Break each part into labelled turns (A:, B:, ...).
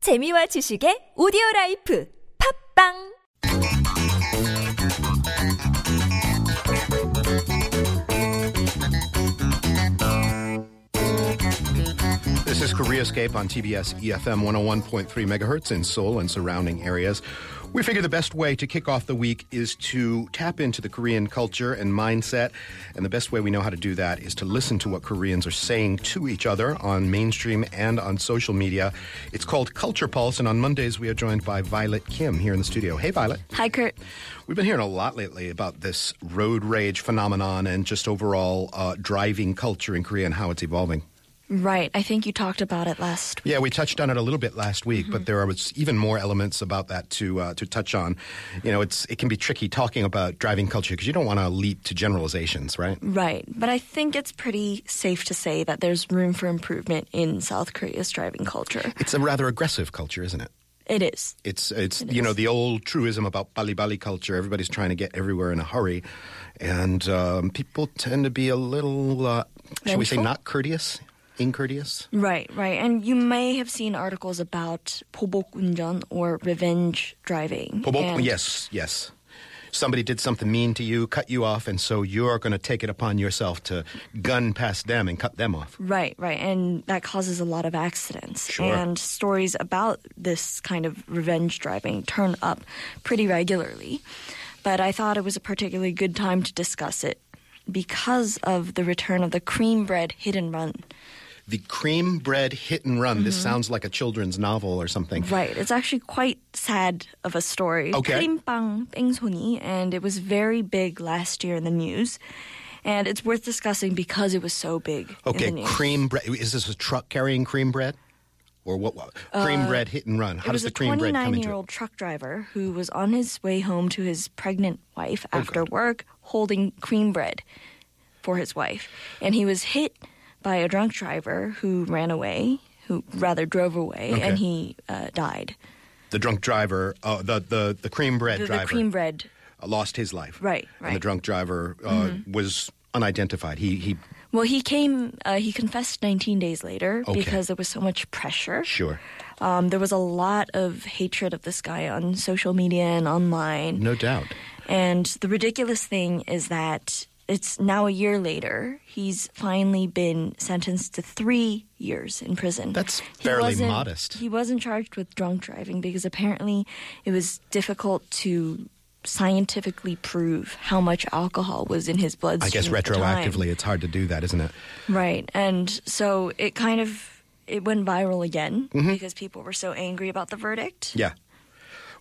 A: 재미와 지식의 오디오 라이프 팝빵
B: This is KoreaScape on TBS EFM 101.3 megahertz in Seoul and surrounding areas. We figure the best way to kick off the week is to tap into the Korean culture and mindset. And the best way we know how to do that is to listen to what Koreans are saying to each other on mainstream and on social media. It's called Culture Pulse. And on Mondays, we are joined by Violet Kim here in the studio. Hey, Violet.
C: Hi, Kurt.
B: We've been hearing a lot lately about this road rage phenomenon and just overall uh, driving culture in Korea and how it's evolving.
C: Right. I think you talked about it last.
B: Yeah, we touched on it a little bit last week,
C: Mm-hmm.
B: but there are even more elements about that to uh, to touch on. You know, it's it can be tricky talking about driving culture because you don't want to leap to generalizations, right?
C: Right. But I think it's pretty safe to say that there's room for improvement in South Korea's driving culture.
B: It's a rather aggressive culture, isn't it?
C: It is.
B: It's it's you know the old truism about bali bali culture. Everybody's trying to get everywhere in a hurry, and um, people tend to be a little uh, should we say
C: Vengeful?
B: not courteous, incourteous.
C: Right, right. And you may have seen articles about 보복 운전 or revenge driving.
B: Well, well,
C: And-
B: yes, yes. Somebody did something mean to you, cut you off, and so you're going to take it upon yourself to gun past them and cut them off.
C: Right, right. And that causes a lot of accidents.
B: Sure.
C: And stories about this kind of revenge driving turn up pretty regularly. But I thought it was a particularly good time to discuss it because of the return of the cream bread hit and run.
B: The cream bread hit and run.
C: Mm-hmm.
B: This sounds like a children's novel or something.
C: Right. It's actually quite sad of a story.
B: Okay.
C: 크림빵 뺑소니, and it was very big last year in the news. And it's worth discussing because it was so big.
B: Okay,
C: in the news.
B: cream bread. Is this a truck carrying cream bread? Or what? what- cream bread hit and run. How
C: Uh,
B: does
C: it was
B: the
C: a
B: cream bread come into
C: 29 year
B: it?
C: old truck driver who was on his way home to his pregnant wife
B: Oh,
C: after work holding cream bread for his wife. And he was hit by a drunk driver who ran away, who rather drove away,
B: Okay.
C: and he uh, died.
B: The drunk driver, uh, the, the, the cream bread
C: The, the
B: driver,
C: cream bread.
B: uh, lost his life.
C: Right,
B: And the
C: right. Mm-hmm.
B: drunk driver uh, was unidentified. He, he,
C: Well, he came, uh, he confessed 19 days later
B: Okay.
C: because there was so much pressure.
B: sure.
C: Um, there was a lot of hatred of this guy on social media and online.
B: No doubt.
C: And the ridiculous thing is that it's now a year later. He's finally been sentenced to three years in prison.
B: That's
C: He
B: fairly
C: wasn't-
B: modest.
C: He wasn't charged with drunk driving because apparently it was difficult to scientifically prove how much alcohol was in his bloodstream.
B: I guess
C: at the time.
B: retroactively, it's hard to do that, isn't it?
C: Right. And so it kind of it went viral again because people were so angry about the verdict.
B: Mm-hmm. Yeah.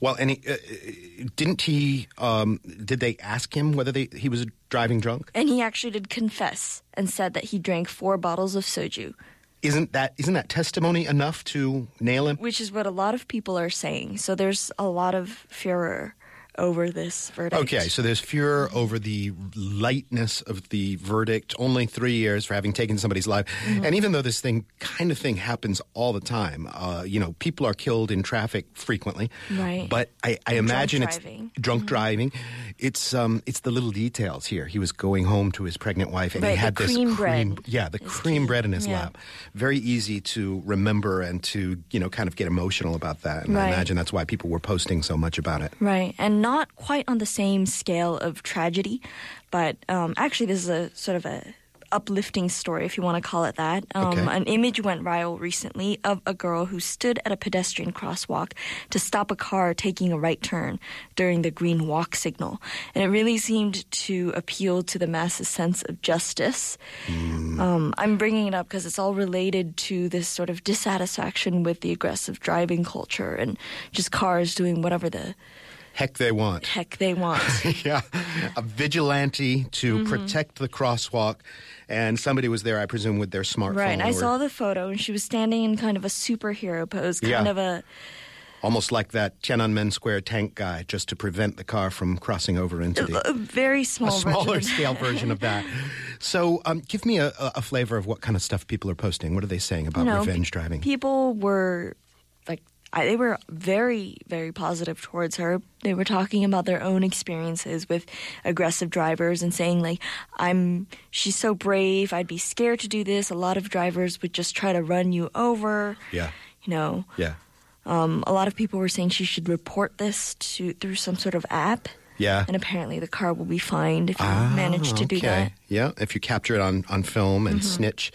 B: Well, and he, uh, uh, didn't he? Um, did they ask him whether they, he was driving drunk?
C: And he actually did confess and said that he drank four bottles of soju,
B: Isn't that isn't that testimony enough to nail him?
C: which is what a lot of people are saying. So there's a lot of furor over this verdict.
B: Okay, so there's furor over the lightness of the verdict. Only three years for having taken somebody's life,
C: Mm-hmm.
B: and even though this thing kind of thing happens all the time, uh, you know, people are killed in traffic frequently.
C: Right.
B: But I, I imagine it's
C: driving. Mm-hmm.
B: drunk driving. It's um, it's the little details here. He was going home to his pregnant wife, and he
C: Right, the
B: had this
C: cream bread
B: yeah, the cream bread in his
C: Yeah.
B: lap. Very easy to remember and to you know kind of get emotional about that. And I
C: Right.
B: imagine that's why people were posting so much about it.
C: Right. And not quite on the same scale of tragedy, but um, actually, this is a sort of a uplifting story, if you want to call it that. Um,
B: Okay.
C: An image went viral recently of a girl who stood at a pedestrian crosswalk to stop a car taking a right turn during the green walk signal. And it really seemed to appeal to the masses' sense of justice. Um, I'm bringing it up because it's all related to this sort of dissatisfaction with the aggressive driving culture and just cars doing whatever the
B: Heck, they want.
C: heck they want.
B: yeah, a vigilante to
C: Mm-hmm.
B: protect the crosswalk, and somebody was there, I presume, with their smartphone.
C: right. I
B: or
C: saw the photo and she was standing in kind of a superhero pose, kind
B: Yeah.
C: of a
B: almost like that Tiananmen Square tank guy, just to prevent the car from crossing over into the
C: a very small
B: a smaller
C: version.
B: scale version of that. So, um, give me a, a a flavor of what kind of stuff people are posting. What are they saying about
C: You know,
B: revenge driving?
C: People were like I, they were very very positive towards her. They were talking about their own experiences with aggressive drivers and saying like I'm she's so brave. I'd be scared to do this. A lot of drivers would just try to run you over.
B: yeah,
C: You know.
B: yeah.
C: Um, a lot of people were saying she should report this to through some sort of app.
B: Yeah.
C: And apparently the car will be fined if you manage to do
B: Ah, okay.
C: that. Mm-hmm.
B: Yeah, if you capture it on, on film and snitch.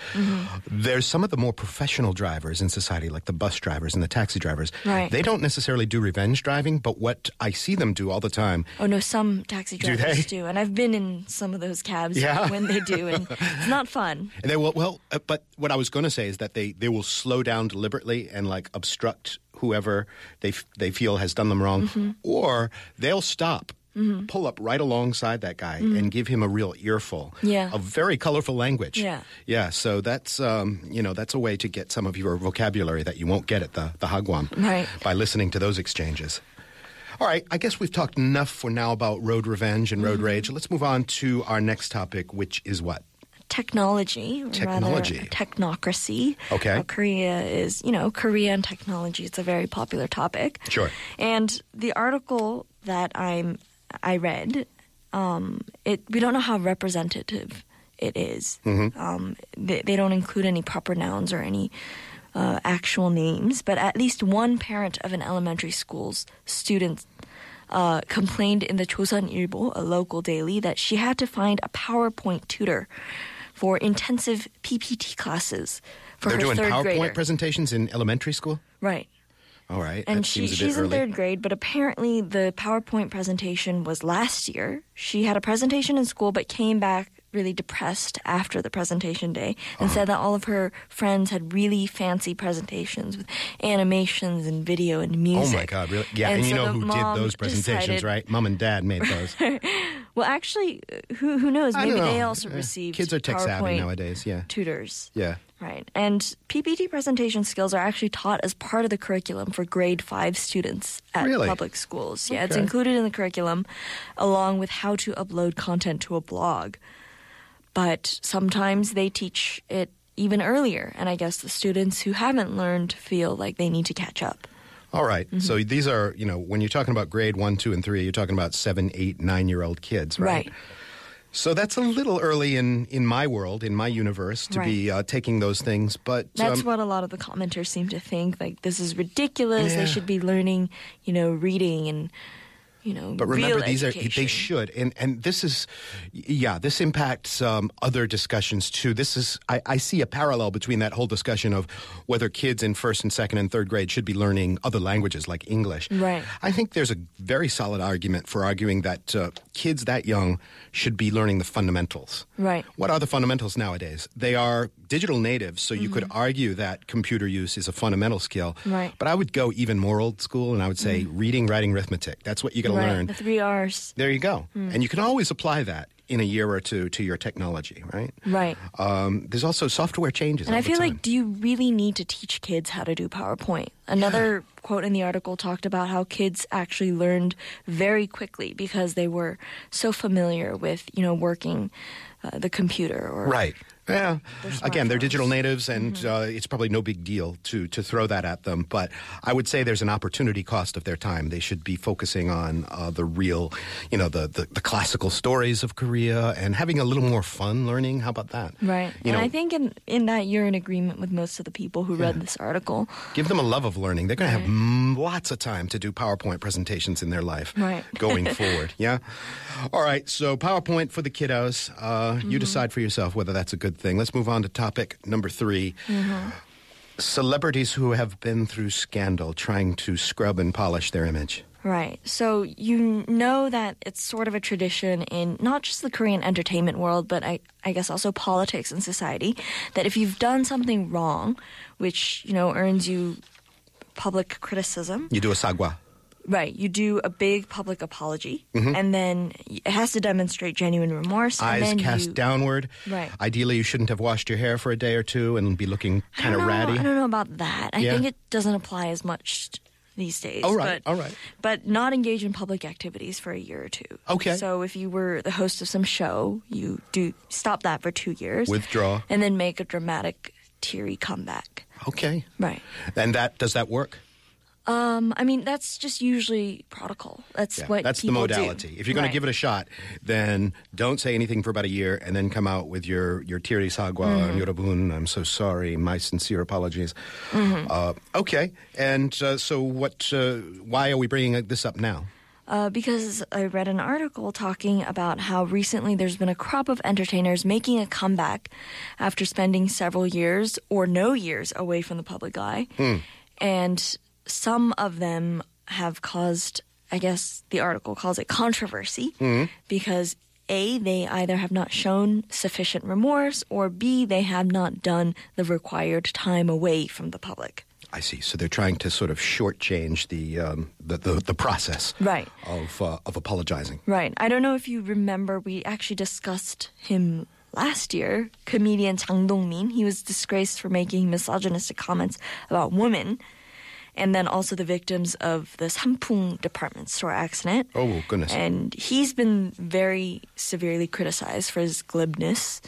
B: There's some of the more professional drivers in society, like the bus drivers and the taxi drivers.
C: Right.
B: They don't necessarily do revenge driving, but what I see them do all the time.
C: Oh no, some taxi
B: Do
C: drivers do,
B: they?
C: and I've been in some of those cabs
B: Yeah.
C: when they do, and it's not fun.
B: And they will, well, uh, but what I was going to say is that they, they will slow down deliberately and like obstruct whoever they, f- they feel has done them wrong,
C: Mm-hmm.
B: or they'll stop. Pull up right alongside that guy and give him a real earful.
C: Mm-hmm. Yeah.
B: Of very colorful language.
C: Yeah.
B: Yeah. So that's um, you know that's a way to get some of your vocabulary that you won't get at the the Hagwam
C: Right.
B: by listening to those exchanges. All right, I guess we've talked enough for now about road revenge and road
C: Mm-hmm.
B: rage. Let's move on to our next topic, which is what?
C: Technology, or
B: Technology.
C: rather a technocracy.
B: Okay.
C: Uh, Korea is, you know, Korea and technology. It's a very popular topic.
B: Sure.
C: And the article that I'm I read, um, it we don't know how representative it is.
B: Mm-hmm.
C: Um, they, they don't include any proper nouns or any uh, actual names, but at least one parent of an elementary school's student uh, complained in the Chosun Ilbo, a local daily, that she had to find a PowerPoint tutor for intensive PPT classes for
B: They're
C: her
B: doing
C: third
B: PowerPoint
C: grader.
B: presentations in elementary school?
C: right.
B: All right.
C: And
B: that
C: she,
B: seems a bit
C: she's in
B: early.
C: third grade, but apparently the PowerPoint presentation was last year. She had a presentation in school, but came back really depressed after the presentation day and said
B: Uh-huh.
C: that all of her friends had really fancy presentations with animations and video and
B: Oh
C: music.
B: my God, really? Yeah, and, you
C: so
B: know
C: the
B: who did
C: mom
B: those presentations,
C: decided-
B: right? Mom and dad made those.
C: Well, actually, uh, who who knows?
B: I
C: Maybe
B: don't
C: they
B: know.
C: also
B: Uh,
C: received
B: kids are tech savvy
C: PowerPoint
B: nowadays, yeah.
C: tutors.
B: yeah.
C: Right. And PPT presentation skills are actually taught as part of the curriculum for grade five students at
B: Really?
C: public schools. Yeah, it's
B: Okay.
C: included in the curriculum along with how to upload content to a blog. But sometimes they teach it even earlier. And I guess the students who haven't learned feel like they need to catch up.
B: All right. So
C: Mm-hmm.
B: these are, you know, when you're talking about grade one, two, and three, you're talking about seven, eight, nine year old kids, right?
C: Right.
B: So that's a little early in, in my world, in my universe, to be uh, taking those things. But
C: That's
B: um,
C: what a lot of the commenters seem to think. Like, this is ridiculous.
B: Yeah.
C: They should be learning, you know, reading and, you know,
B: But remember,
C: real
B: these are
C: education.
B: they should, and and this is, yeah, this impacts um, other discussions too. This is I, I see a parallel between that whole discussion of whether kids in first and second and third grade should be learning other languages like English.
C: Right.
B: I think there's a very solid argument for arguing that uh, kids that young should be learning the fundamentals.
C: Right.
B: What are the fundamentals nowadays? They are digital natives, so you could argue that computer use is a fundamental skill.
C: Mm-hmm. Right. Mm-hmm.
B: But I would go even more old school, and I would say reading, writing, arithmetic. That's what you got to
C: Right,
B: learn.
C: the three R's.
B: There you go. And you can always apply that in a year or two to your technology, right?
C: Right.
B: Um, there's also software changes.
C: And
B: all
C: I
B: the
C: feel
B: time.
C: like, do you really need to teach kids how to do PowerPoint? Another quote in the article talked about how kids actually learned very quickly because they were so familiar with, you know, working uh, the computer or
B: Right. Yeah. Again, they're
C: smartphones.
B: digital natives, and
C: Mm-hmm.
B: uh, it's probably no big deal to, to throw that at them. But I would say there's an opportunity cost of their time. They should be focusing on uh, the real, you know, the, the, the classical stories of Korea and having a little more fun learning. How about that?
C: Right.
B: You
C: and
B: know,
C: I think in, in that you're in agreement with most of the people who read this article.
B: give them a love of learning. They're going to have m- lots of time to do PowerPoint presentations in their life
C: Right.
B: going forward. Yeah. All right. So PowerPoint for the kiddos. Uh,
C: Mm-hmm.
B: You decide for yourself whether that's a good thing. Let's move on to topic number 3
C: Mm-hmm.
B: Celebrities who have been through scandal trying to scrub and polish their image.
C: Right. So you know that it's sort of a tradition in not just the Korean entertainment world, but I, I guess also politics and society, that if you've done something wrong, which, you know, earns you public criticism,
B: You do a sagwa.
C: right, you do a big public apology, and then it has to demonstrate genuine remorse. and
B: Mm-hmm. Eyes
C: then
B: cast
C: you,
B: downward.
C: Right.
B: Ideally, you shouldn't have washed your hair for a day or two and be looking
C: I
B: kind of
C: don't know-
B: ratty.
C: I don't know about that. I
B: Yeah.
C: think it doesn't apply as much these days.
B: All right,
C: but,
B: all right.
C: But not engage in public activities for a year or two.
B: Okay.
C: So if you were the host of some show, you do stop that for two years.
B: Withdraw.
C: And then make a dramatic, teary comeback.
B: Okay.
C: Right.
B: And that does that work?
C: Um, I mean, that's just usually protocol. That's
B: Yeah,
C: what
B: that's the
C: people do.
B: modality. If you're going
C: Right.
B: to give it a shot, then don't say anything for about a year, and then come out with your your tiri sagwa
C: Mm-hmm.
B: and yorobun. I'm so sorry. My sincere apologies.
C: Mm-hmm.
B: Uh, okay, and uh, so what? Uh, why are we bringing this up now?
C: Uh, because I read an article talking about how recently there's been a crop of entertainers making a comeback after spending several years or no years away from the public eye. And some of them have caused, I guess the article calls it controversy because A, they either have not shown sufficient remorse or B, they have not done the required time away from the public.
B: I see. So they're trying to sort of shortchange the um, the, the the process
C: Right.
B: of uh, of apologizing.
C: Right. I don't know if you remember, we actually discussed him last year. Comedian Chang Dongmin. He was disgraced for making misogynistic comments about women, and then also the victims of the Sampung department store accident.
B: Oh, goodness.
C: And he's been very severely criticized for his glibness.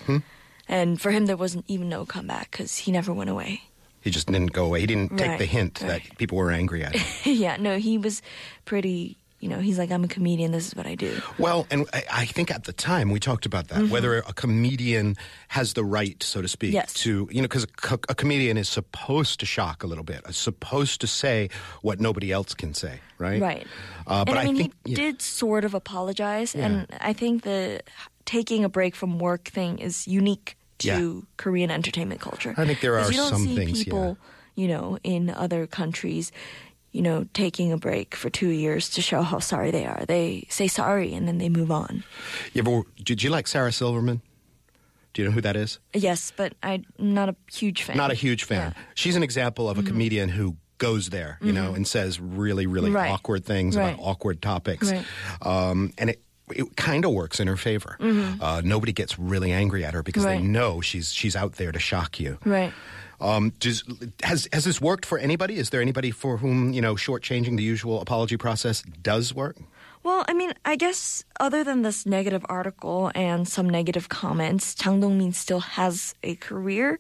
C: And for him, there wasn't even no comeback because he never went away.
B: He just didn't go away. He didn't take
C: Right,
B: the hint that
C: right.
B: people were angry at him.
C: yeah, no, he was pretty. You know, he's like, I'm a comedian. This is what I do.
B: Well, and I, I think at the time we talked about
C: Mm-hmm.
B: that whether a comedian has the right, so to speak,
C: Yes.
B: to you know, because a, co- a comedian is supposed to shock a little bit, is supposed to say what nobody else can say, right?
C: Right.
B: Uh, but
C: and I mean,
B: think
C: he
B: yeah.
C: did sort of apologize, and I think the taking a break from work thing is unique to
B: Yeah.
C: Korean entertainment culture.
B: I think there
C: 'Cause
B: are
C: you don't
B: some
C: see
B: things, yeah.
C: people, you know, in other countries. You know, taking a break for two years to show how sorry they are. They say sorry and then they move on.
B: You ever, did you like Sarah Silverman? Do you know who that is?
C: Yes, but I'm not a huge fan.
B: Not a huge fan. She's an example of a
C: Mm-hmm.
B: comedian who goes there, you know, and says really, really
C: Right.
B: awkward things about
C: Right.
B: awkward topics.
C: Right.
B: Um, and it, it kind of works in her favor. Uh, nobody gets really angry at her because
C: Mm-hmm. Right.
B: they know she's she's out there to shock you.
C: Right.
B: Um, does, has has this worked for anybody? Is there anybody for whom you know shortchanging the usual apology process does work?
C: Well, I mean, I guess other than this negative article and some negative comments, Chang Dongmin still has a career.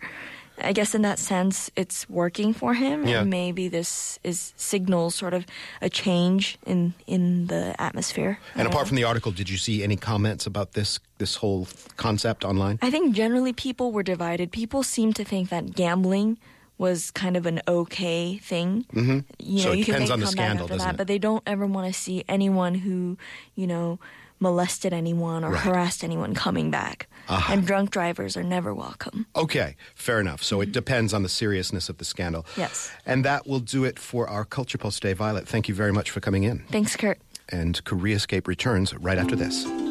C: I guess in that sense, it's working for him,
B: Yeah.
C: and maybe this is signals sort of a change in in the atmosphere.
B: And apart from the article, did you see any comments about this this whole concept online?
C: I think generally people were divided. People seem to think that gambling was kind of an okay thing. Mm-hmm. You know,
B: So it
C: you can
B: depends
C: make
B: on the
C: comeback
B: scandal,
C: after
B: doesn't
C: that,
B: it?
C: but they don't ever want to see anyone who, you know, molested anyone or
B: Right. Uh-huh.
C: harassed anyone coming back. And drunk drivers are never welcome.
B: Okay, fair enough. So it depends on the seriousness of the scandal.
C: Yes.
B: And that will do it for our Culture Pulse today. Violet, thank you very much for coming in.
C: Thanks, Kurt.
B: And Korea Escape returns right after this.